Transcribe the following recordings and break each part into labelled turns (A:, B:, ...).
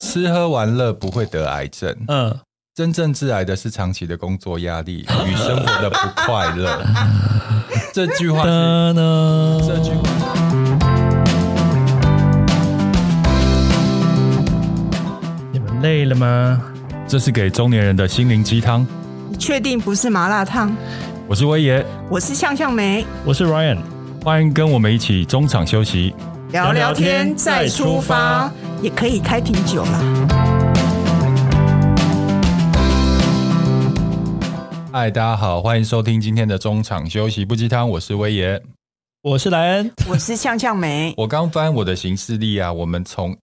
A: 吃喝玩乐不会得癌症，
B: 嗯，
A: 真正致癌的是长期的工作压力与生活的不快 乐。这句话是
B: 哒呢，
A: 这句话。
B: 你们累了吗？
A: 这是给中年人的心灵鸡汤。
C: 你确定不是麻辣烫？
A: 我是威爷，
C: 我是向向梅，
B: 我是 Ryan，
A: 欢迎跟我们一起中场休息。
C: 聊
B: 聊
C: 聊
B: 天
C: 天
B: 再
C: 再
B: 出
C: 出
B: 发
C: 发，也可以开瓶酒了。
A: 嗨，大家好，欢迎收听今天的中场休息不鸡汤，我是威爷。
B: 我是莱恩，
C: 我是向向梅，
A: 我刚翻我的行事历啊，我们从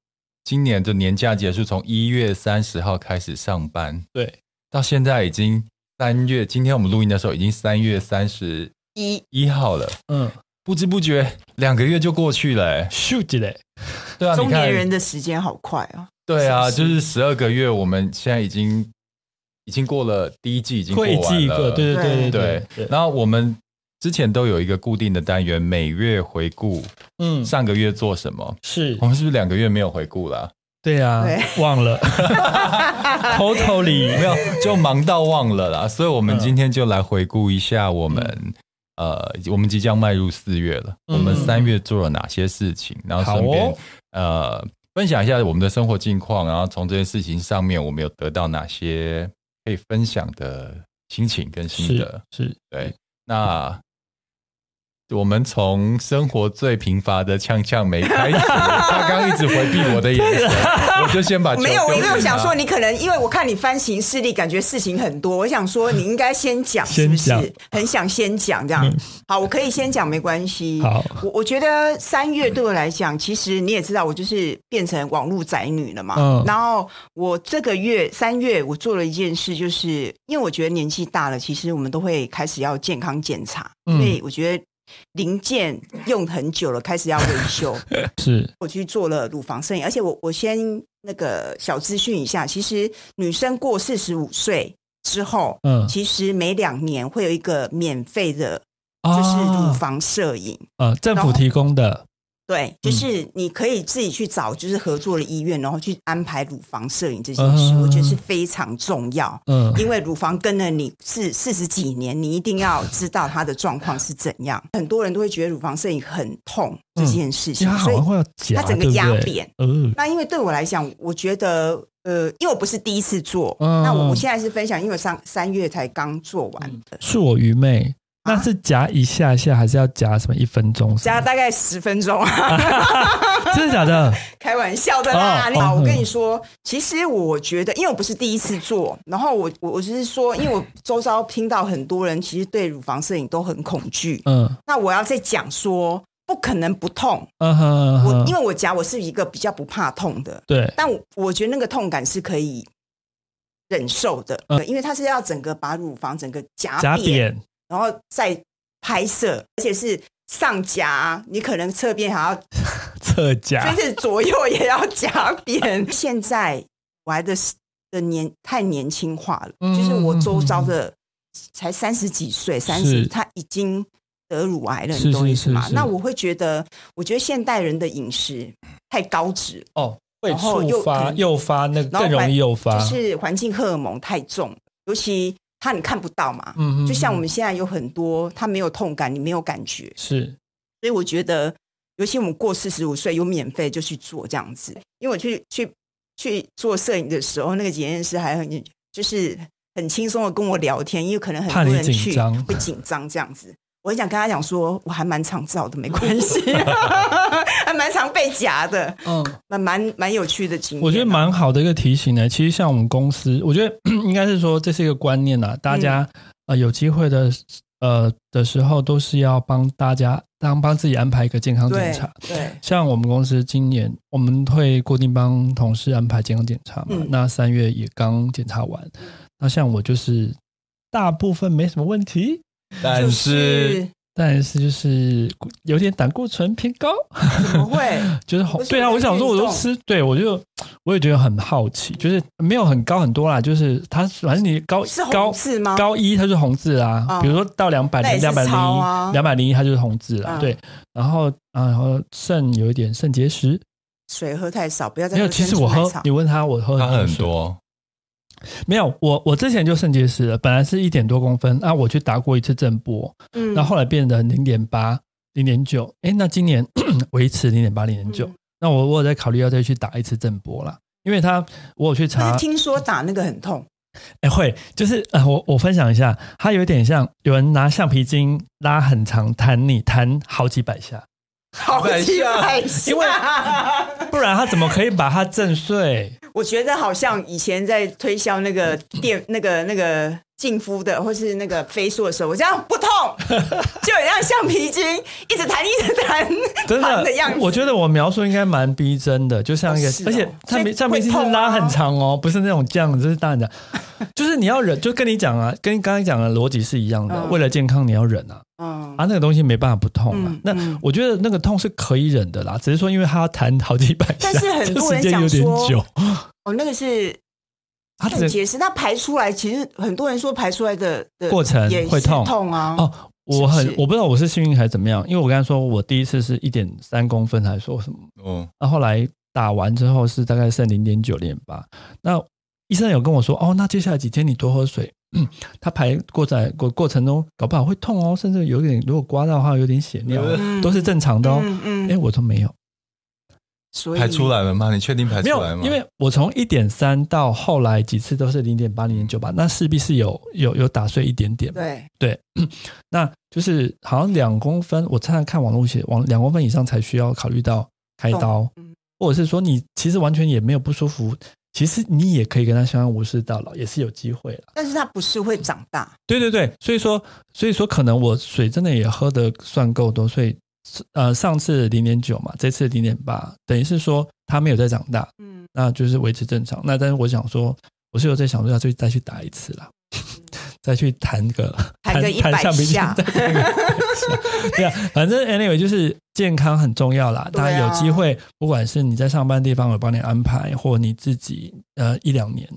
A: 今年的年假结束，从一月三十号开始上班，
B: 对，
A: 到现在已经三月，今天我们录音的时候已经三月三十
C: 一
A: 一号了，
B: 嗯，
A: 不知不觉两个月就过去了、欸。
B: 秀几嘞，
A: 对啊，
C: 中
A: 你
C: 年人
A: 看，
C: 的时间好快哦。
A: 对啊，
C: 是
A: 就
C: 不是
A: 是十二个月，我们现在已经已经过了第一季，已经过
B: 会
A: 完
B: 记一个，
A: 了，
B: 对对对
A: 对
B: 对，
A: 然后我们之前都有一个固定的单元，每月回顾
B: 嗯，
A: 上个月做什么。
B: 是
A: 我，们是不是两个月没有回顾了啊、
B: 对啊，
C: 对
B: 忘 了，totally
A: 没有，就忙到忘了啦。所以，我们
B: 嗯
A: 今天就来回顾一下我们、
C: 嗯
A: 呃，我们即将迈入四月了，我
B: 嗯
A: 们三月做了哪些事情，然后
B: 好
A: 顺便、
B: 哦
A: 呃分享一下我们的生活近况，然后从这件事情上面，我们有得到哪些可以分享的心情跟心
B: 是
A: 得。
B: 是，
A: 对，那我们从生活最贫乏的呛呛梅开 始，他刚一直回避我的眼神，我就先把球
C: 没有，
A: 丢给
C: 我没有想
A: 他
C: 说你可能，因为我看你翻行事历，感觉事情很多。我想说你应该先讲，
B: 先
C: 是不是
B: 讲？嗯
C: 很想先讲这样。好，我可以先讲，没关系。
B: 好，
C: 我我觉得三月对我来讲，其实你也知道，我就是变成网络宅女了嘛。
B: 嗯
C: 然后我这个月三月，我做了一件事，就是因为我觉得年纪大了，其实我们都会开始要健康检查，
B: 嗯
C: 所以我觉得零件用很久了，开始要维修。
B: 是，
C: 我去做了乳房摄影，而且我我先那个小资讯一下，其实女生过四十五岁之后，
B: 嗯，
C: 其实每两年会有一个免费的，
B: 啊
C: 就是乳房摄影。
B: 呃，政府提供的，
C: 对，
B: 嗯
C: 就是你可以自己去找，就是合作的医院，然后去安排乳房摄影这件事，
B: 嗯
C: 我觉得是非常重要。
B: 嗯，
C: 因为乳房跟了你四四十几年，你一定要知道它的状况是怎样。很多人都会觉得乳房摄影很痛这件事
B: 因
C: 情，
B: 为嗯它好
C: 所以
B: 像会有夹，
C: 它整个
B: 对不
C: 压
B: 对
C: 扁，
B: 呃，
C: 那因为对我来讲，我觉得呃，因为我不是第一次做，
B: 嗯
C: 那我我现在是分享，因为我上三月才刚做完的，
B: 恕我愚昧，
C: 啊
B: 那是夹一下下，还是要夹什么一分钟？
C: 加大概十分钟啊，
B: 真的假的？
C: 开玩笑的啦。
B: 哦
C: 你好，
B: 哦
C: 我跟你说，其实我觉得，因为我不是第一次做，然后我我我只是说，因为我周遭听到很多人其实对乳房摄影都很恐惧，
B: 嗯
C: 那我要再讲说，不可能不痛。
B: 嗯哼嗯
C: 我
B: 哼，
C: 因为我夹我是一个比较不怕痛的，
B: 对，
C: 但我我觉得那个痛感是可以忍受的，对因为它是要整个把乳房整个夹
B: 嗯夹
C: 扁，
B: 扁，
C: 然后再拍摄，而且是上夹，你可能侧边还要，
B: 侧夹
C: 就，是左右也要夹 扁。现在我还的的年太年轻化了，
B: 嗯
C: 就是我周遭的才三十几岁，三
B: 是
C: 十他已经。得乳癌了，
B: 是
C: 你懂我意
B: 是
C: 思吗？
B: 是是
C: 那我会觉得，我觉得现代人的饮食太高脂了
B: 哦，会
C: 然后
B: 触
C: 又
B: 发
C: 可能
B: 诱发那个
C: 然后
B: 更容易诱发，
C: 就是环境荷尔蒙太重，尤其它你看不到嘛。
B: 嗯哼
C: 就像我们现在有很多，它没有痛感，你没有感觉，
B: 是
C: 所以我觉得，尤其我们过四十五岁有免费就去做这样子。因为我去去去做摄影的时候，那个检验师还很就是很轻松的跟我聊天，因为可能
B: 怕
C: 很
B: 你
C: 多人
B: 紧
C: 去
B: 张
C: 会紧张这样子。我很想跟他讲说，我还蛮常照的，没关 系，还蛮常被夹的，
B: 嗯，
C: 蛮蛮蛮有趣的经验啊。
B: 我觉得蛮好的一个提醒呢。其实像我们公司，我觉得应该是说这是一个观念啊，大家、
C: 嗯
B: 呃有机会的呃的时候，都是要帮大家当帮自己安排一个健康检
C: 对
B: 查。
C: 对，
B: 像我们公司今年我们会固定帮同事安排健康检查嘛，
C: 嗯
B: 那三月也刚检查完，那像我就是大部分没什么问题，
A: 但
C: 就是
B: 但是就是有点胆固醇偏高，
C: 怎么会？
B: 就是好
C: 不是
B: 对啊，
C: 那个
B: 我想说我
C: 运
B: 都
C: 动
B: 吃，对我就我也觉得很好奇，就是没有很高很多啦，就是它反正你高
C: 是
B: 高
C: 红字吗？
B: 高一它就是红字啦，
C: 哦
B: 比如说到两百
C: 那
B: 零
C: 也是
B: 两百零
C: 超
B: 一
C: 啊
B: 两百零一它就是红字啦，
C: 嗯
B: 对，然后啊然后肾有一点肾结石，
C: 水喝太少，不要再
B: 没有，
C: 喝
B: 其实
C: 珍珠
B: 我
C: 奶
B: 喝
C: 茶，
B: 你问他，我喝
A: 他很
B: 水
A: 多，
B: 没有，我我之前就肾结石了，本来是一点多公分，啊，我去打过一次震波，
C: 嗯
B: 那后来变成零点八、零点九，哎，那今年 维持零点八、零点九
C: 嗯，
B: 那我我有在考虑要再去打一次震波啦，因为他我有去
C: 但
B: 查
C: 是，听说打那个很 痛，
B: 哎，会就是呃，我我分享一下，它有点像有人拿橡皮筋拉很长弹你弹好几百下，
C: 好奇怪，
B: 因为不然他怎么可以把它震碎？
C: 我觉得好像以前在推销那个 电、那个、那个净肤的，或是那个飞速的时候，我这样 不痛，就有像橡皮筋一直弹、一直弹，
B: 真
C: 弹
B: 的
C: 的样子。
B: 我觉得我描述应该蛮逼真的，就像一个，
C: 哦是哦
B: 而且
C: 所
B: 橡
C: 以
B: 皮橡皮筋是
C: 会痛吗啊
B: 拉很长哦，不是那种这样，就是大人讲， 就是你要忍，就跟你讲啊，跟刚才讲的逻辑是一样的，
C: 嗯
B: 为了健康你要忍啊，
C: 嗯，
B: 啊，那个东西没办法不痛啊。
C: 嗯
B: 那
C: 嗯
B: 我觉得那个痛是可以忍的啦，只是说因为它要弹好几百下，
C: 但是很多 人
B: 这时间有
C: 讲说
B: 点久，
C: 哦，那个是
B: 它
C: 肾
B: 只
C: 结石，它排出来，其实很多人说排出来的的
B: 过程
C: 也是
B: 会痛
C: 痛啊。
B: 哦。我
C: 是
B: 很
C: 不是
B: 我不知道我是幸运还是怎么样，因为我刚才说我第一次是一点三公分，还是说什么
A: 嗯，
B: 那后来打完之后是大概剩零点九零八。那医生有跟我说，哦，那接下来几天你多喝水。 他排过在过过程中，搞不好会痛哦，甚至有点如果刮到的话有点血尿，
C: 嗯
B: 都是正常的哦。
C: 嗯
B: 哎、
C: 嗯，
B: 我说没有，
C: 所以
A: 排出来了吗？你确定排
B: 没
A: 出来
B: 有，
A: 吗？
B: 因为我从一点三到后来几次都是零点八、零点九八，那势必是有有有打碎一点点嘛。
C: 对，
B: 那就是好像两公分，我常常看网络写，网两公分以上才需要考虑到开刀，
C: 嗯
B: 或者是说你其实完全也没有不舒服，其实你也可以跟他相安无事到老，也是有机会了。
C: 但是它不是会长大，
B: 对对对，所以说所以说可能我水真的也喝的算够多，所以呃上次零点九嘛，这次零点八，等于是说它没有在长大，
C: 嗯，
B: 那就是维持正常。那但是我想说，我是有在想说要去再去打一次啦， 再去弹个
C: 嗯弹个100
B: 橡皮筋
C: 下
B: 再弹个100下对 啊，反正 anyway 就是健康很重要啦。
C: 对啊
B: 大家有机会，不管是你在上班地方有帮你安排，或你自己呃一两年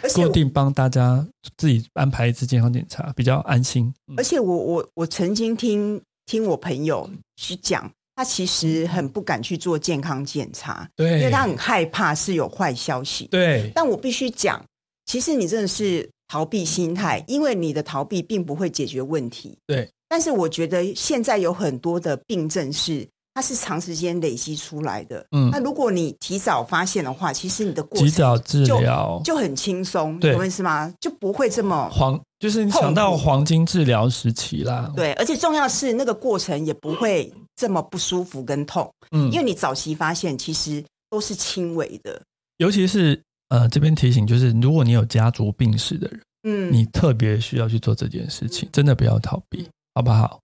C: 而且
B: 固
C: 我
B: 定帮大家自己安排一次健康检查，比较安心。嗯
C: 而且我我我曾经听听我朋友去讲，他其实很不敢去做健康检查，
B: 对，
C: 因为他很害怕是有坏消息。
B: 哎对
C: 但我必须讲，其实你真的是逃避心态，因为你的逃避并不会解决问题。
B: 对，
C: 但是我觉得现在有很多的病症是它是长时间累积出来的。
B: 嗯
C: 那如果你提早发现的话，其实你的过程
B: 及早治疗
C: 就很轻松，
B: 对哦
C: 懂我意思吗？就不会这么
B: 黄就是你想到
C: 痛苦
B: 黄金治疗时期啦，
C: 对，而且重要是那个过程也不会这么不舒服跟痛，
B: 嗯
C: 因为你早期发现其实都是轻微的。
B: 尤其是呃，这边提醒就是，如果你有家族病史的人，
C: 嗯，
B: 你特别需要去做这件事情，真的不要逃避，好不好？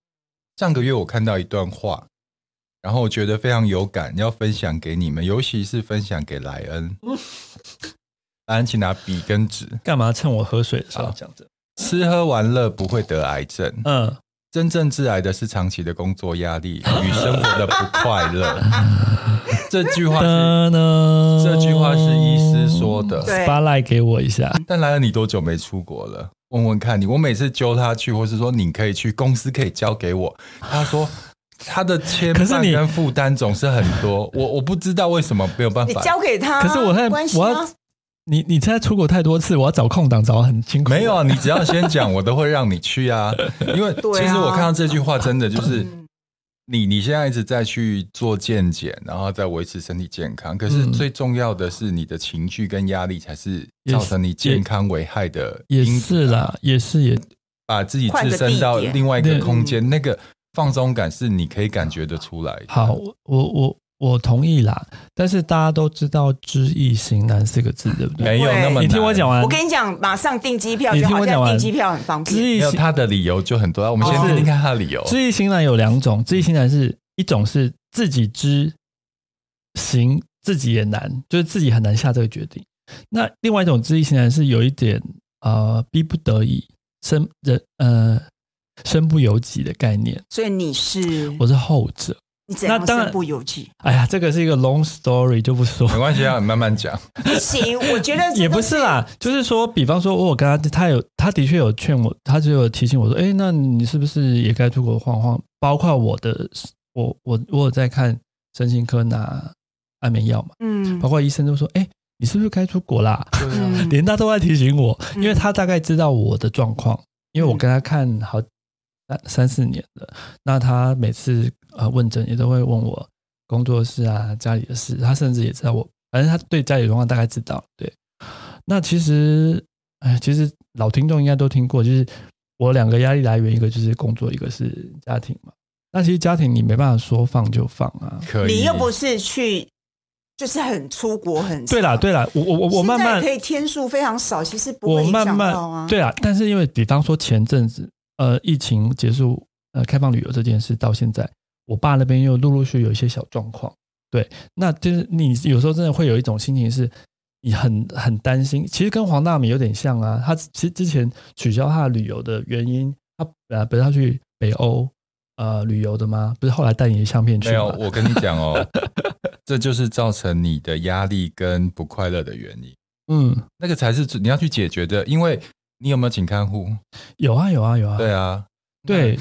A: 上个月我看到一段话，然后我觉得非常有感，要分享给你们，尤其是分享给莱 恩。莱恩，请拿笔跟纸。
B: 干嘛趁我喝水的时候
A: 好
B: 讲这？
A: 吃喝玩乐不会得癌症，
B: 嗯，
A: 真正致癌的是长期的工作压力与生活的不快 乐。这句话是，
B: 噔噔
A: 这句话是医师说的
C: 对
B: s p a l i g h t 给我一下。
A: 但莱恩，你多久没出国了？问问看你，我每次揪他去，或是说你可以去，公司可以交给我。他说他的牵
B: 可是
A: 绊
B: 你
A: 跟负担总是很多，我我不知道为什么没有办
C: 你
A: 法。
C: 交给他，
B: 可是我在
C: 啊关系
B: 我
C: 吗
B: 要？你你现在出国太多次，我要找空档找很辛苦。
A: 没有，啊，你只要先讲，我都会让你去 啊。因为
C: 对啊
A: 其实我看到这句话，真的就是
C: 嗯
A: 你你现在一直在去做健检，然后再维持身体健康。可是
B: 嗯
A: 最重要的是，你的情绪跟压力才是
B: 也是
A: 造成你健康危害的
B: 也
A: 因子
B: 是啦，也是也
A: 把自己置身到
C: 换个地点
A: 另外一个
B: 对
A: 空间，那个放松感是你可以感觉得出来的。
B: 好，，我我我我同意啦。但是大家都知道“知易行难”四个字，对不对？
A: 没有那么
B: 你听我
A: 难
B: 讲完，
C: 我跟你讲，马上订机票，
B: 嗯你
C: 就
B: 听
C: 好
B: 我讲
C: 像
B: 完
C: 订机票很方
B: 知
C: 便。
A: 没
B: 易
A: 有
B: 行
A: 他的理由就很多，我们先
C: 哦
A: 听听看他的理由。
B: 知易行难有两种，知易行难是一种是自己知行自己也难，就是自己很难下这个决定。那另外一种知易行难是有一点呃逼不得已，身人呃身不由己的概念。
C: 所以你是
B: 我是后者。
C: 你怎样
B: 那当然
C: 身不由己？
B: 哎呀，这个是一个 long story，就不说
A: 没关系啊，你慢慢讲。
C: 不 行，我觉得这
B: 也不
C: 都
B: 是啦，就是说，比方说，我有跟他，他有，他的确有劝我，他就有提醒我说，哎、那你是不是也该出国晃晃？包括我的，我我我有在看身心科拿安眠药嘛，
D: 嗯
B: 包括医生都说，哎、你是不是该出国啦？
D: 嗯
B: 连他都在提醒我，
D: 嗯
B: 因为他大概知道我的状况，因为我跟他看好三三四年了，那他每次呃问诊也都会问我工作室啊、家里的事，他甚至也知道我，反正他对家里的状况大概知道。对，那其实哎，其实老听众应该都听过，就是我两个压力来源，一个就是工作，一个是家庭嘛。那其实家庭你没办法说放就放啊。
A: 可以。
C: 你又不是去，就是很出国很
B: 对啦，对啦，我我我我慢
C: 啊现
B: 慢
C: 在可以天数非常少，其实不
B: 我
C: 会影
B: 慢
C: 响
B: 慢
C: 到啊。
B: 对啊，但是因为比方说前阵子呃疫情结束呃开放旅游这件事到现在，我爸那边又陆陆续有一些小状况，对，那就是你有时候真的会有一种心情是。你很很担心，其实跟黄大米有点像啊。他其实之前取消他的旅游的原因，他呃不是他去北欧呃旅游的吗？不是后来带你的相片去
A: 没有，
B: 吗？
A: 我跟你讲哦， 这就是造成你的压力跟不快乐的原因，
B: 嗯，
A: 那个才是你要去解决的。因为你有没有请看护？
B: 有啊有啊有啊。
A: 对啊，
B: 对，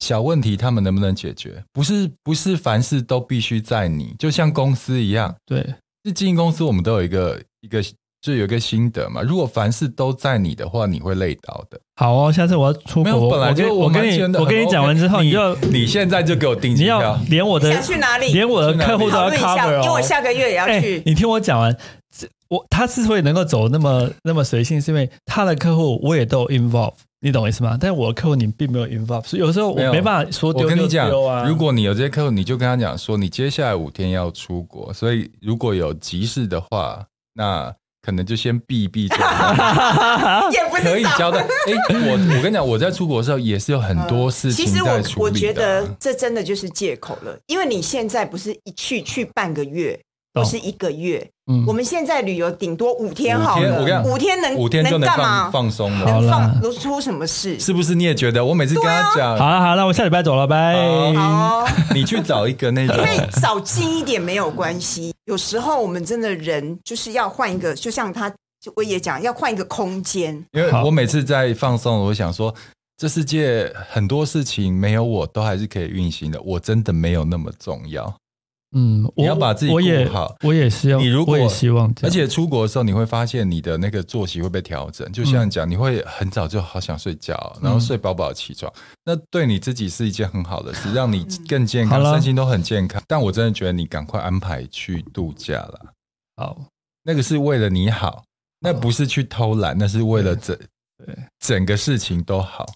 A: 小问题他们能不能解决？不是不是，凡事都必须在你，就像公司一样，
B: 对
A: 是经营公司，我们都有一个一个就有一个心得嘛。如果凡事都在你的话，你会累倒的。
B: 好哦，下次我要出
A: 没
B: 国，
A: 有，
B: 我
A: 本来
B: 我
A: 就
B: 跟我跟
A: 们签
B: 你
A: 得
B: 我
A: 很
B: 跟你讲完
A: OK
B: 之后，你就
A: 你现在就给我订机
B: 你要
A: 票，
B: 连我的
C: 想去哪里？
B: 连我的客户都要
C: 讨论一下，
B: cover 哦。
C: 因为我下个月也要
B: 哎
C: 去。
B: 你听我讲完，这我他之所以能够走那么那么随性，是因为他的客户我也都有 involve，你懂我意思吗？但我的客户你并没有 involve，所以有时候我
A: 没有
B: 没办法说
A: 我
B: 丢
A: 跟
B: 就
A: 你讲
B: 丢啊。，
A: 如果你有这些客户，你就跟他讲说，你接下来五天要出国，所以如果有急事的话，那可能就先避一避这 个。
C: 也不是
A: 可以
C: 找
A: 交代。哎、我我跟你讲，我在出国的时候也是有很多事
C: 其
A: 情
C: 实
A: 在
C: 我
A: 处
C: 我
A: 理
C: 觉
A: 的啊、
C: 得这真的就是借口了，因为你现在不是一去去半个月，
B: 懂
C: 不是一个月，
B: 嗯
C: 我们现在旅游顶多五天好
A: 五天我跟你
C: 了，
A: 讲
C: 五天能
A: 五天就
C: 能
A: 能
C: 干
A: 放
C: 嘛？
A: 放松
B: 好
A: 了，
C: 能
B: 啦
C: 放能出什么事？
A: 是不是？你也觉得？我每次跟他讲，
B: 好了好了，那我下礼拜走了，拜。
C: 好哦，
A: 你去找一个那种
C: 因，为少近一点没有关系。有时候我们真的人就是要换一个，就像他就我也讲，要换一个空间。
A: 因为
B: 好
A: 我每次在放松，我想说，这世界很多事情没有我都还是可以运行的，我真的没有那么重要。
B: 嗯，我
A: 你要把自己
B: 我也
A: 顾好
B: 我也希望，
A: 你如果
B: 我也希望这
A: 而
B: 样，
A: 且出国的时候，你会发现你的那个作息会被调整。就
B: 嗯
A: 像你讲，你会很早就好想睡觉，然后睡饱饱起床，那对你自己是一件很好的事，让你更健康
B: 好，了
A: 身心都很健康。但我真的觉得你赶快安排去度假啦，
B: 好
A: 那个是为了你好，那不是去偷懒，那是为了整
B: 哦对
A: 整个事情都好。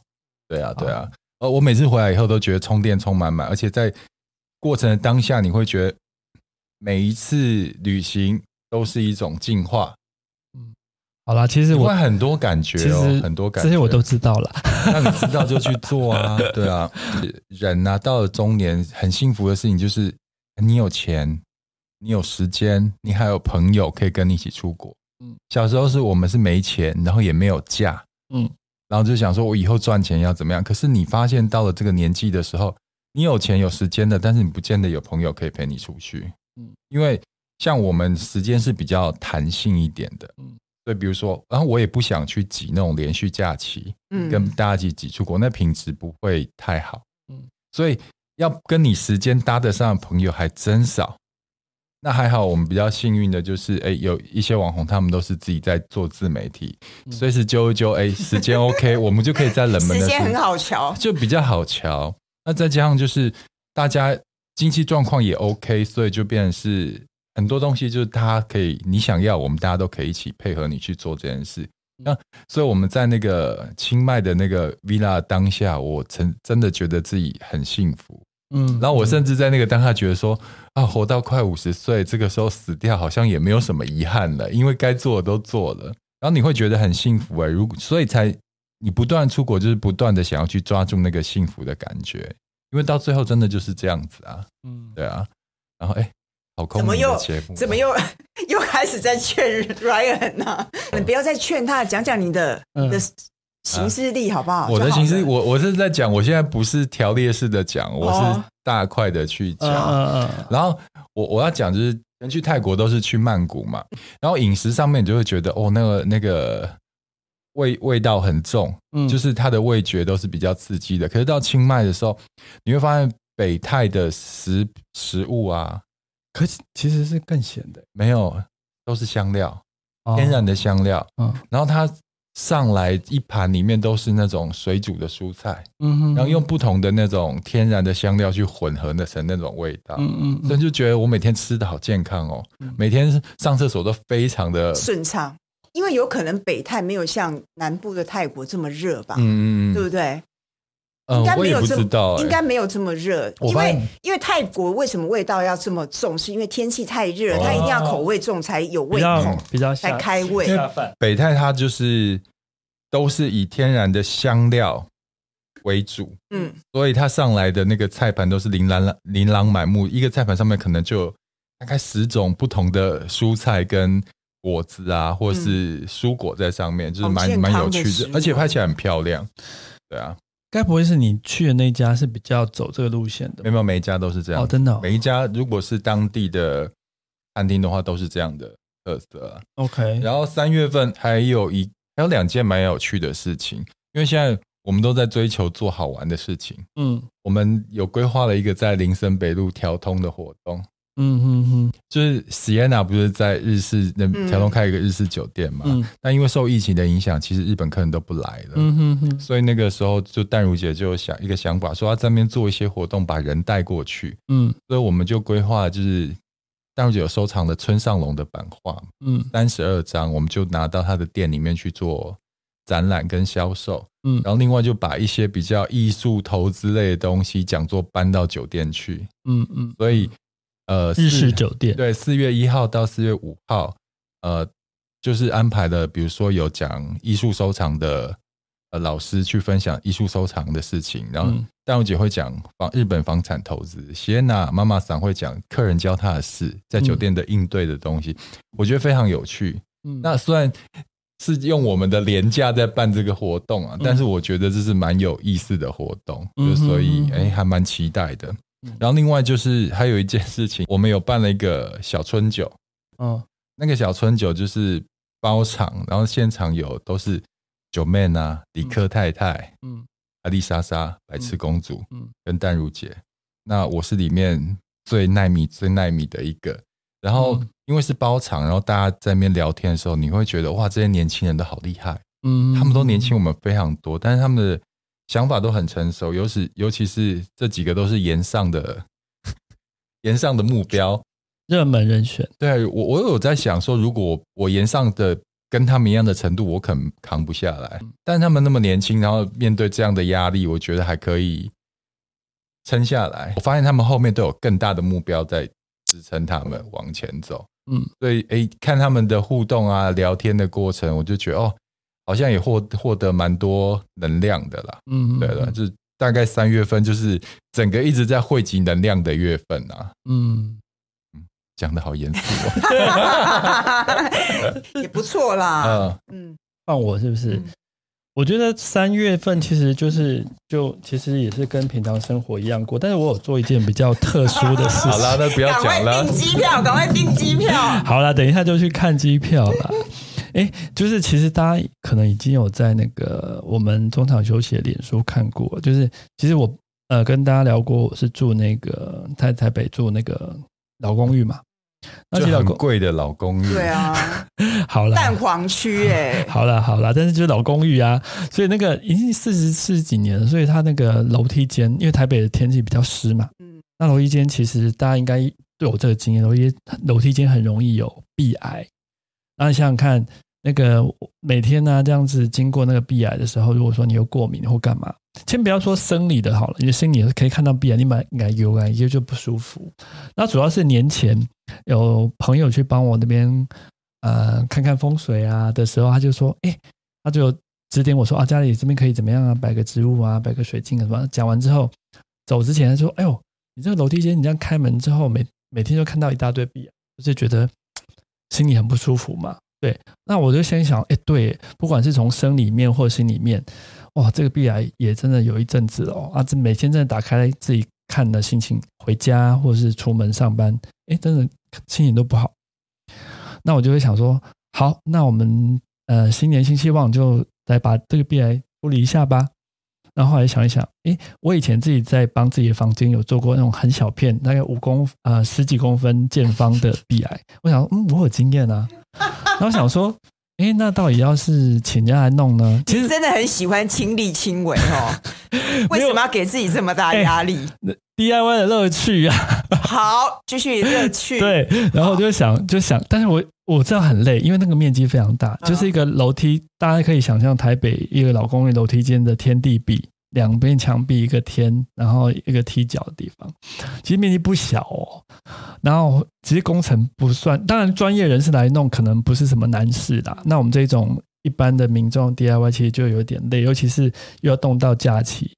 A: 对啊，对啊。
B: 哦
A: 呃，我每次回来以后都觉得充电充满满，而且在过程的当下，你会觉得每一次旅行都是一种进化。
B: 好啦，其实
A: 我
B: 我
A: 会很多感觉
B: 其实
A: 哦，很多感觉，
B: 这些我都知道了。
A: 那你知道就去做啊，对啊，人呐、到了中年，很幸福的事情就是你有钱，你有时间，你还有朋友可以跟你一起出国。
B: 嗯
A: 小时候是我们是没钱，然后也没有假，
B: 嗯，
A: 然后就想说我以后赚钱要怎么样。可是你发现到了这个年纪的时候，你有钱有时间的，但是你不见得有朋友可以陪你出去，
B: 嗯
A: 因为像我们时间是比较弹性一点的，
B: 嗯
A: 所以比如说，然后我也不想去挤那种连续假期，
C: 嗯，
A: 跟大家一起挤出国，那品质不会太好。嗯
B: 嗯，
A: 所以要跟你时间搭得上的朋友还真少。那还好，我们比较幸运的就是，哎、有一些网红他们都是自己在做自媒体，
B: 嗯
A: 随时揪一揪，哎、时间 OK，我们就可以在冷门的时
C: 时间
A: 候
C: 很好瞧。
A: 就比较好瞧。那再加上就是大家经济状况也 OK，所以就变成是很多东西就是大家可以你想要，我们大家都可以一起配合你去做这件事。
C: 嗯
A: 那所以我们在那个清迈的那个 villa 当下，我真真的觉得自己很幸福。
B: 嗯，
A: 然后我甚至在那个当下觉得说啊，活到快五十岁，这个时候死掉好像也没有什么遗憾了，因为该做的都做了。然后你会觉得很幸福哎、如果所以才你不断出国，就是不断的想要去抓住那个幸福的感觉，因为到最后真的就是这样子啊，
B: 嗯
A: 对啊。然后哎、好空
C: 怎么
A: 灵的
C: 又
A: 节目啊
C: 怎么 又又开始在劝 Ryan 呢、你不要再劝他，讲讲你的、
B: 嗯
C: 你的行事力好不好？
A: 啊我的
C: 就好
A: 形式，
C: 了
A: 我我是在讲，我现在不是条列式的讲，我是
C: 哦
A: 大块的去讲。
B: 嗯嗯嗯，
A: 然后我我要讲就是，人去泰国都是去曼谷嘛，然后饮食上面你就会觉得哦，那个那个味味道很重，
B: 嗯
A: 就是它的味觉都是比较刺激的。可是到清迈的时候，你会发现北泰的食食物啊，
B: 可是其实是更咸的，
A: 没有，都是香料，
B: 哦
A: 天然的香料。
B: 嗯
A: 然后它上来一盘里面都是那种水煮的蔬菜，
B: 嗯哼，
A: 然后用不同的那种天然的香料去混合的成那种味道。
B: 嗯嗯
A: 所以
B: 嗯，
A: 就觉得我每天吃的好健康哦，
C: 嗯
A: 每天上厕所都非常的，
C: 顺畅，因为有可能北泰没有像南部的泰国这么热吧，
A: 嗯嗯
C: 对
A: 嗯
C: 不对？
A: 嗯
C: 啊应该
A: 我
C: 没
A: 也
C: 有
A: 不
C: 这
A: 知道、哎
C: 应该没有这么热，
A: 我
C: 因
A: 发
C: 为
A: 现
C: 因为泰国为什么味道要这么重，是因为天气太热，
A: 哦
C: 它一定要口味重才有
B: 比
C: 胃
B: 较
C: 口，
B: 比较
C: 才
B: 下
C: 开胃。
B: 下饭，
A: 北泰它就是都是以天然的香料为主，
C: 嗯，
A: 所以它上来的那个菜盘都是琳琅琳琅满目，一个菜盘上面可能就有大概十种不同的蔬菜跟果子啊，或是蔬果在上面，就是
C: 嗯好
A: 蛮
C: 健康
A: 蛮
C: 的
A: 有趣
C: 食
A: 的，
C: 物哦
A: 而且拍起来很漂亮。对啊，
B: 该不会是你去的那家是比较走这个路线的
A: 没？有每一家都是这样
B: 哦，，真的哦
A: 每一家如果是当地的餐厅的话，都是这样的特色啊。
B: ，OK，
A: 然后三月份还有一还有两件蛮有趣的事情，因为现在我们都在追求做好玩的事情。
B: 嗯
A: 我们有规划了一个在林森北路调通的活动，
B: 嗯嗯
A: 就是 Sienna 不是在日式那
C: 嗯
A: 调通开一个日式酒店嘛？
B: 嗯
A: 但因为受疫情的影响，其实日本客人都不来了。
B: 嗯嗯嗯
A: 所以那个时候，就淡如姐就有想一个想法，说她在那边做一些活动，把人带过去。
B: 嗯
A: 所以我们就规划，就是淡如姐有收藏了村上龙的版画嘛
B: 嗯
A: 三十二张，我们就拿到他的店里面去做展览跟销售，
B: 嗯
A: 然后另外就把一些比较艺术投资类的东西讲座搬到酒店去，
B: 嗯嗯，
A: 所以呃，
B: 日
A: 四
B: 式酒店，
A: 对四月一号到四月五号，呃，就是安排了，比如说有讲艺术收藏的。呃，老师去分享艺术收藏的事情，然后
B: 嗯
A: 淡如姐会讲房日本房产投资，谢娜妈妈桑会讲客人教她的事，在酒
B: 嗯
A: 店的应对的东西，我觉得非常有趣。
B: 嗯
A: 那虽然是用我们的廉价在办这个活动啊，
B: 嗯
A: 但是我觉得这是蛮有意思的活动，
B: 嗯
A: 就
B: 哼
A: 是所以
B: 嗯哼
A: 哎、还蛮期待的
B: 嗯。
A: 然后另外就是还有一件事情，我们有办了一个小春酒，
B: 嗯
A: 那个小春酒就是包场，然后现场有都是九妹啊、迪克太太、
B: 嗯
A: 阿丽莎莎、白痴公主、
B: 嗯嗯
A: 跟淡如姐。那我是里面最耐米、最耐米的一个。然后
B: 嗯
A: 因为是包场，然后大家在那边聊天的时候，你会觉得哇，这些年轻人都好厉害，
B: 嗯，
A: 他们都年轻我们非常多，但是他们的想法都很成熟，尤其尤其是这几个都是沿上的 沿上的目标。
B: 热门人选，
A: 对啊我，我有在想说，如果我沿上的跟他们一样的程度，我可能扛不下来。
B: 嗯
A: 但他们那么年轻，然后面对这样的压力，我觉得还可以撑下来。我发现他们后面都有更大的目标在支撑他们往前走。
B: 嗯，
A: 所以诶，看他们的互动啊、聊天的过程，我就觉得哦，好像也获获得蛮多能量的啦。
B: 嗯，
A: 对了，就是大概三月份，就是整个一直在汇集能量的月份啊。
B: 嗯。
A: 讲的好严 肃哦。
C: 也不错啦。
A: 嗯
C: 嗯，
B: 换我是不是？
A: 嗯
B: 我觉得三月份其实就是就其实也是跟平常生活一样过，但是我有做一件比较特殊的事 情。
A: 好啦，那不要
C: 赶快
A: 讲了
C: 订。机票，赶快订机 票。
B: 好啦，等一下就去看机票啦。 哎，就是其实大家可能已经有在那个我们中场休息的脸书看过，就是其实我呃跟大家聊过，我是住那个在台北住那个老公寓嘛，那
A: 就
B: 其实老
A: 很
B: 公
A: 贵的老公寓，
C: 对，啊，
B: 好啦，
C: 蛋黄区哎，
B: 好啦好啦，但是就是老公寓啊，所以那个已经四十四十几年了，所以它那个楼梯间，因为台北的天气比较湿嘛，
C: 嗯
B: 那楼梯间其实大家应该都有这个经验，楼梯楼梯间很容易有壁癌。那你想想看，那个每天呢、这样子经过那个壁癌的时候，如果说你有过敏或干嘛，先不要说生理的好了，你的心理可以看到壁癌，你买买油啊，也就不舒服。那主要是年前有朋友去帮我那边呃看看风水啊的时候，他就说，哎、他就指点我说啊，家里这边可以怎么样啊，摆个植物啊，摆个水晶啊什么。讲完之后，走之前他说，哎呦，你这个楼梯间，你这样开门之后，每每天都看到一大堆币、啊，就是觉得嘖心里很不舒服嘛。对，那我就先想，哎，对，不管是从生理面或心里面，哇，这个壁癌也真的有一阵子了哦啊，这每天真的打开来自己看的心情，回家或是出门上班，哎，真的心情都不好。那我就会想说，好，那我们呃新年新希望，就来把这个壁癌处理一下吧。然后后来想一想，诶，我以前自己在帮自己的房间有做过那种很小片，大概五公啊、呃、十几公分见方的壁癌，我想，嗯，我有经验啊。 然后想说，诶，那到底要是请人家来弄呢？ 其
C: 你
B: 实
C: 真的很喜欢亲力亲为哦， 为什么要给自己这么大压力？
B: 哎 DIY 的乐趣啊，
C: 好，继续乐趣。，
B: 对。然后我就想，就想，但是我我知道很累，因为那个面积非常大，就是一个楼梯，大家可以想象台北一个老公寓楼梯间的天地比，两边墙壁一个天，然后一个踢脚的地方，其实面积不小哦。然后其实工程不算，当然专业人士来弄可能不是什么难事啦。那我们这种一般的民众 DIY 其实就有点累，尤其是又要动到假期，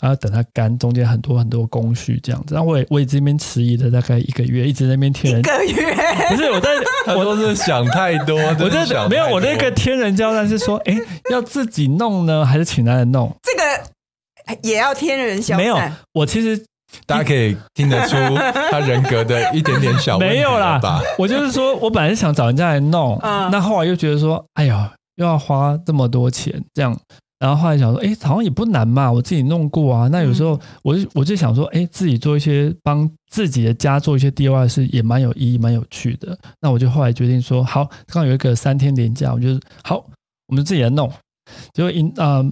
B: 然后等它干，中间很多很多工序这样子。然后我也我也这边迟疑了大概一个月，一直在那边听
C: 一
B: 人，
C: 个月
B: 不是 我在
A: 他
B: 我
A: 都是想太多，
B: 我
A: 真的想
B: 这
A: 太
B: 没有，我
A: 多
B: 那个天人交战是说，哎，要自己弄呢，还是请男人弄？
C: 这个也要天人相
B: 没有
C: 散。，
B: 我其实
A: 大家可以听得出他人格的一点点小问题
B: 没有
A: 了
B: 啦
A: 吧？，
B: 我就是说我本来是想找人家来弄，
C: 嗯
B: 那后来又觉得说，哎呀，又要花这么多钱这样，然后后来想说，哎，好像也不难嘛，我自己弄过啊。那有时候我就我就想说，哎，自己做一些帮自己的家做一些 DIY 是也蛮有意义、蛮有趣的。那我就后来决定说，好，刚好有一个三天连假，我就好，我们自己来弄，结果因啊。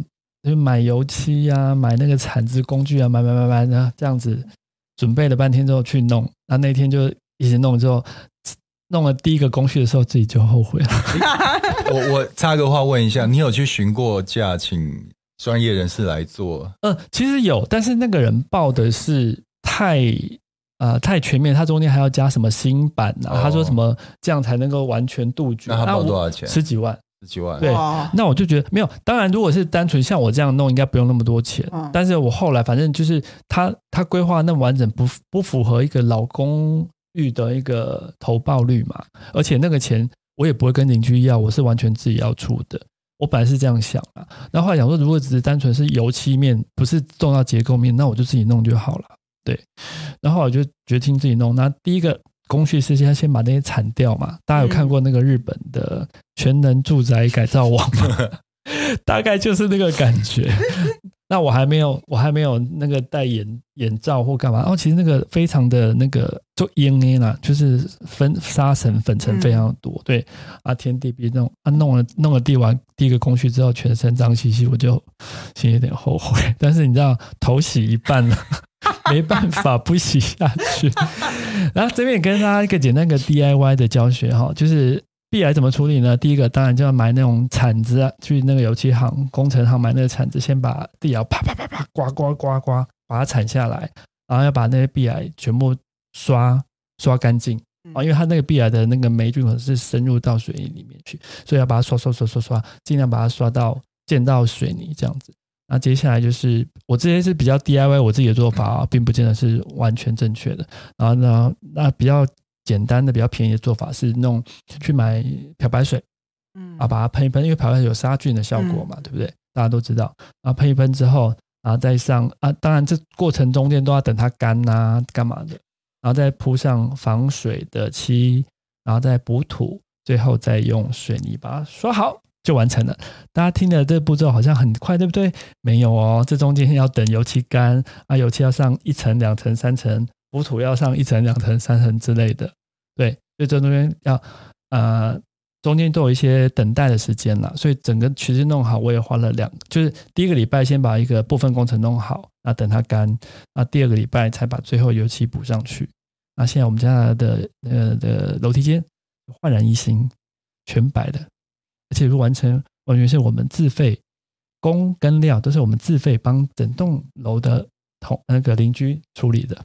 B: 就买油漆呀、买那个铲子工具啊，买买买买，然后这样子准备了半天之后去弄，然后那天就一直弄之后，弄了第一个工序的时候，自己就后悔了。
A: 我我插个话问一下，你有去询过价，请专业人士来做？
B: 嗯、其实有，但是那个人报的是太呃太全面，他中间还要加什么新版啊？
A: 哦
B: 他说什么这样才能够完全杜绝？
A: 那他报
B: 我
A: 多少钱
B: 十几万。
A: 十几万？
B: 对
C: 哇
B: 那我就觉得没有，当然如果是单纯像我这样弄，应该不用那么多钱。
C: 嗯
B: 但是我后来反正就是他他规划那么完整不符不符合一个老公寓的一个投报率嘛，而且那个钱我也不会跟邻居要，我是完全自己要出的。我本来是这样想啊，然后后来想说，如果只是单纯是油漆面，不是动到结构面，那我就自己弄就好了。对，然后我就决定自己弄。那第一个工序是先先把那些铲掉嘛。大家有看过那个日本的全能住宅改造网吗？大概就是那个感觉。 那我还没有，我还没有那个戴眼眼罩或干嘛。哦，其实那个非常的那个就烟烟啦，就是粉沙尘粉尘非常多。对啊，天地别弄啊，弄了弄了地完第一个工序之后，全身脏兮兮，我就心里有点后悔。但是你知道，头洗一半了。 没办法不洗下去。然后这边也跟大家一个简单的 DIY 的教学哈，就是壁癌怎么处理呢？第一个当然就要买那种铲子啊，去那个油漆行、工程行买那个铲子，先把地窑啪啪啪啪刮刮刮刮，把它铲下来，然后要把那些壁癌全部刷刷干净。啊，因为它那个壁癌的那个霉菌可能是深入到水泥里面去，所以要把它刷刷刷刷刷，尽量把它刷到见到水泥这样子。那接下来就是我这些是比较 DIY 我自己的做法啊，并不见得是完全正确的。然后呢，那比较简单的、比较便宜的做法是弄去买漂白水
C: 嗯
B: 啊，把它喷一喷，因为漂白水有杀菌的效果嘛，对不对？大家都知道。啊，喷一喷之后，然后再上啊，当然这过程中间都要等它干呐、干嘛的，然后再铺上防水的漆，然后再补土，最后再用水泥把它刷好。就完成了。大家听的这步骤好像很快，对不对？没有哦，这中间要等油漆干啊，油漆要上一层、两层、三层，补土要上一层、两层、三层之类的。对，所以这中间要呃，中间都有一些等待的时间啦。所以整个曲子弄好，我也花了两，就是第一个礼拜先把一个部分工程弄好，那等它干，那第二个礼拜才把最后油漆补上去。那现在我们家的呃的楼梯间焕然一新，全白的，而且是完成完全是我们自费工跟料都是我们自费帮整栋楼的同那个邻居处理的。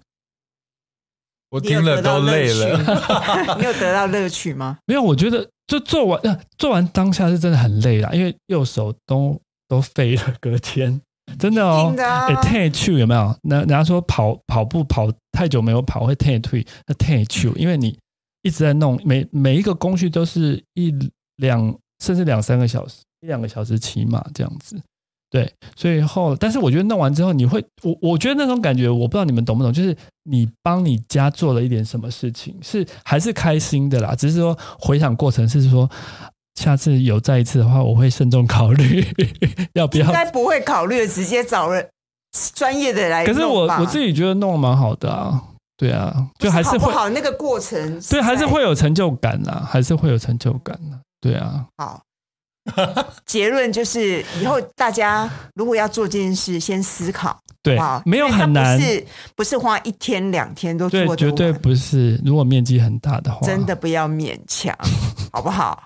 A: 我
C: 你有
A: 听了
C: 得到
A: 都累
C: 乐
A: 了。
C: 趣，你有得到乐趣 吗？
B: 没有，我觉得就做完呃做完当下是真的很累啦，因为右手都都废了，隔天真的哦
C: 真。的啊
B: 哎、退去有没有？那人家说跑跑步跑太久没有跑会退退，那退去，因为你一直在弄，每每一个工序都是一两甚至两三个小时，一两个小时起码这样子。对，所以后，但是我觉得弄完之后，你会，我我觉得那种感觉，我不知道你们懂不懂，就是你帮你家做了一点什么事情，是还是开心的啦，只是说回想过程是说，下次有再一次的话，我会慎重考虑 要不
C: 应
B: 要。
C: 该不会考虑直接找人专业的来
B: 可
C: 哎弄吧。
B: 是我我自己觉得弄得蛮好的啊，对啊，就还是
C: 好不
B: 会，
C: 好哎那个过程在，
B: 对，还是会有成就感啦，还是会有成就感啦，对啊，
C: 好。结论就是，以后大家如果要做这件事，先思考，
B: 对
C: 好，，
B: 没有
C: 因为它
B: 很难
C: 不，是不是花一天两天都做得
B: 对，
C: 完，
B: 绝对不是。如果面积很大的话，
C: 真的不要勉 强，好不好？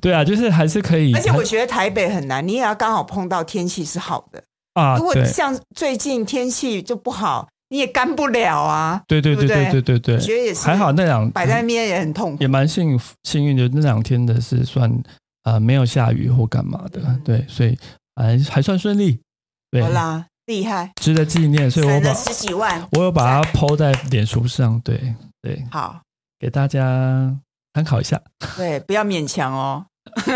B: 对啊，就是还是可以。
C: 而且我觉得台北很难，你也要刚好碰到天气是好的。
B: 啊，
C: 如果
B: 对
C: 像最近天气就不好，你也干不了啊。
B: 对对对
C: 对不
B: 对对对
C: 我觉
B: 对，
C: 得也是，
B: 还好那两嗯
C: 摆在那边也很痛苦
B: 也。蛮幸福幸运的，那两天的是算呃没有下雨或干嘛的，对，所以还还算顺利，对
C: 嗯好，啦，厉害，
B: 值得纪念，所以我
C: 省
B: 把
C: 了十几万。
B: 我有把它抛在脸书上，对对，
C: 好，
B: 给大家参考一下。
C: 对，不要勉强哦。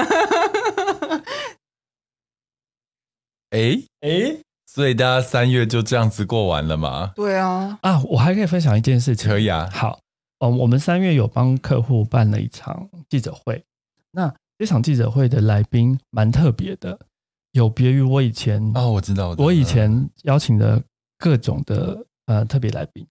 A: 哎，
B: 诶
A: 所以大家三月就这样子过完了吗？
C: 对啊，
B: 啊，我还可以分享一件事情，
A: 可以啊，
B: 好，嗯，我们三月有帮客户办了一场记者会，那这场记者会的来宾蛮特别的，有别于我以前、
A: 哦，我知道，知道
B: 我以前邀请的各种的呃特别来宾，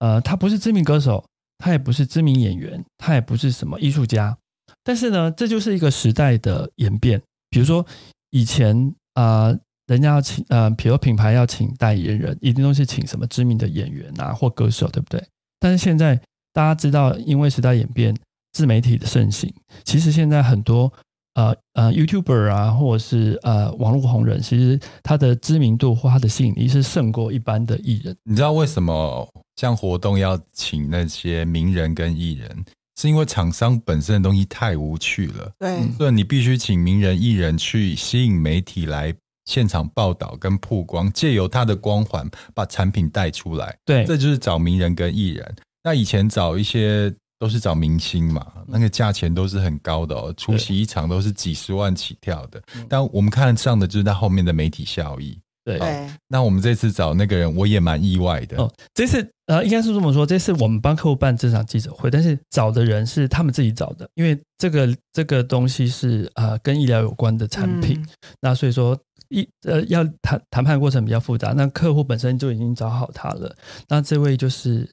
B: 呃，他不是知名歌手，他也不是知名演员，他也不是什么艺术家，但是呢，这就是一个时代的演变。比如说以前啊、呃人家要请呃，比如品牌要请代言人，一定都是请什么知名的演员啊或歌手，对不对？但是现在大家知道，因为时代演变，自媒体的盛行，其实现在很多呃呃 YouTuber 啊，或者是呃网络红人，其实他的知名度或他的吸引力是胜过一般的艺人。
A: 你知道为什么像活动要请那些名人跟艺人，是因为厂商本身的东西太无趣了，
C: 对
B: 嗯
A: 所以你必须请名人艺人去吸引媒体来现场报道跟曝光，借由他的光环把产品带出来，
B: 对
A: 这就是找名人跟艺人。那以前找一些都是找明星嘛，
B: 嗯
A: 那个价钱都是很高的哦，出席一场都是几十万起跳的
B: 嗯。
A: 但我们看上的就是它后面的媒体效益。
B: 对
C: 对，嗯
A: 那我们这次找那个人，我也蛮意外的。
B: 哦，这次呃，应该是这么说，这次我们帮客户办这场记者会，但是找的人是他们自己找的，因为这个这个东西是呃跟医疗有关的产品，
C: 嗯
B: 那所以说一呃要谈谈判过程比较复杂，那客户本身就已经找好他了。那这位就是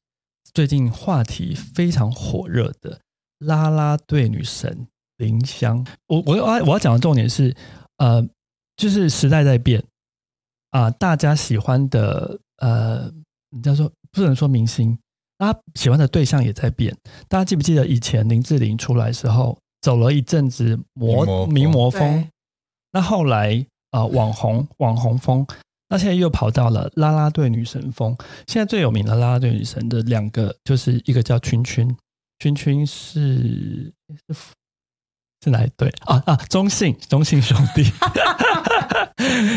B: 最近话题非常火热的啦啦队女神林湘。我我要我要讲的重点是，呃，就是时代在变啊、大家喜欢的呃，你叫说不能说明星，大家喜欢的对象也在变。大家记不记得以前林志玲出来的时候，走了一阵子
A: 名模
B: 魔
A: 风
B: 名模风
C: 哦对，
B: 那后来啊、呃网 红网红风，那现在又跑到了啦啦队女神风。现在最有名的啦啦队女神的两个，就是一个叫群群，群群是是是哪一对啊啊？中信中信兄 弟。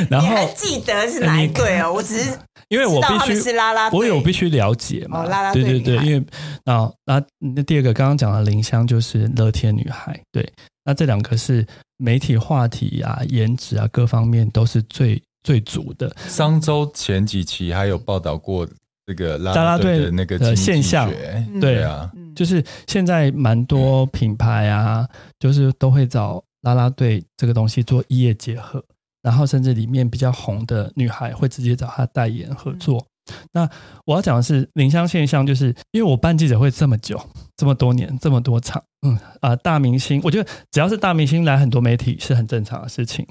B: 然
C: 你
B: 后哎
C: 还记得是哪一对哦？我只是
B: 因为我
C: 知道
B: 必
C: 他
B: 须
C: 们是啦啦队，
B: 我有必须了解嘛，
C: 哦啦啦队
B: 对对对
C: 女，孩
B: 因为啊，那那第二个刚刚讲的林香就是乐天女孩，对，那这两个是媒体话题啊、颜值啊各方面都是最最足的，
A: 商周前几期还有报道过这个拉
B: 啦啦队
A: 队的那个
B: 的
A: 经济
B: 现象
A: 学
C: 嗯
A: 对啊，
C: 嗯
B: 就是现在蛮多品牌啊，就是都会找啦啦队这个东西做异业结合，然后甚至里面比较红的女孩会直接找她代言合作。那我要讲的是林香现象，就是因为我办记者会这么久、这么多年、这么多场，嗯啊、大明星，我觉得只要是大明星来很多媒体是很正常的事情。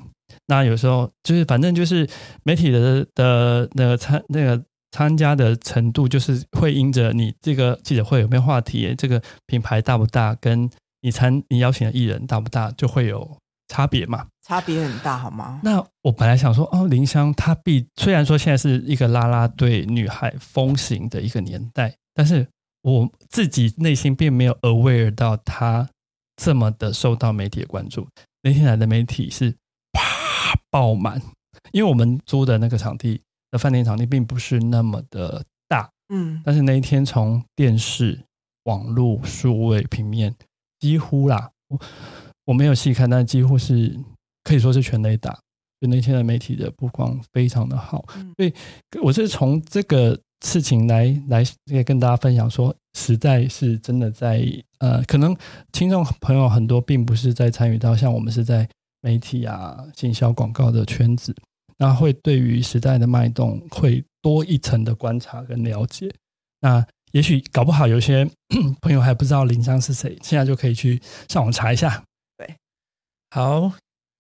B: 那有时候就是反正就是媒体的的那个参那个参加的程度，就是会因着你这个记者会有没有话题，这个品牌大不大，跟你参你邀请的艺人大不大，就会有差别嘛。
C: 差别很大，好吗？
B: 那我本来想说，哦，林湘她必虽然说现在是一个啦啦队女孩风行的一个年代，但是我自己内心并没有 aware 到她这么的受到媒体的关注。那天来的媒体是啪爆满，因为我们租的那个场地的饭店场地并不是那么的大，
C: 嗯，
B: 但是那一天从电视、网络、数位、平面，几乎啦，我我没有细看，但几乎是可以说是全雷打。就那天的媒体的曝光非常的好，
C: 嗯
B: 所以我是从这个事情来来也跟大家分享说，实在是真的在呃，可能听众朋友很多并不是在参与到像我们是在媒体啊、行销广告的圈子，那会对于时代的脉动会多一层的观察跟了解。那也许搞不好有些 朋友还不知道林湘是谁，现在就可以去上网查一下。
C: 对，
D: 好，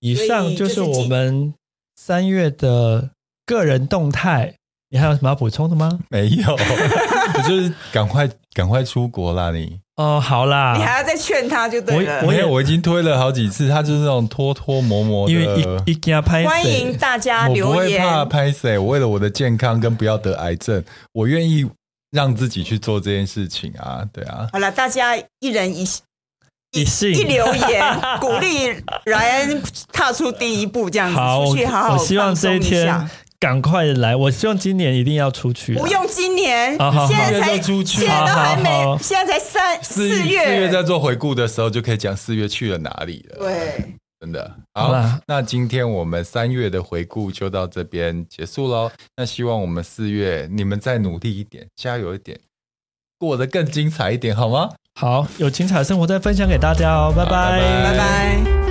D: 以上就是我们三月的个人动态。你还有什么要补充的吗？
A: 没有， 我就是赶快赶快出国啦！你
D: 哦，好啦，
C: 你还要再劝他就对了。
A: 我也我已经推了好几次，他就是那种拖拖磨磨的。
D: 因为一一家拍
C: 欢迎大家
A: 我不
C: 留
A: 会
C: 言，
A: 怕拍谁，我为了我的健康跟不要得癌症，我愿意让自己去做这件事情啊，对啊，
C: 好了，大家一人一
D: 一信
C: 一留 言，鼓励莱恩踏出第一步，这样子
D: 好，
C: 出去好好
D: 我希望
C: 放松
D: 这一天
C: 下。
D: 赶快来，我希望今年一定要出去啦。
C: 不用今年，
D: 好好好
C: 现在
A: 现
C: 才
A: 在就出去
C: 现在都还
D: 好好
C: 没
D: 好，
C: 现在才三
A: 四四
C: 月
A: 月在做回顾的时候，就可以讲四月去了哪里了。，
C: 对，
A: 真的
D: 好
A: 好
D: 啦。
A: 那今天我们三月的回顾就到这边结束喽。那希望我们四月你们再努力一点，加油一点，过得更精彩一点，好吗？
D: 好，有精彩的生活再分享给大家哦，拜
A: 好拜拜
C: 拜拜。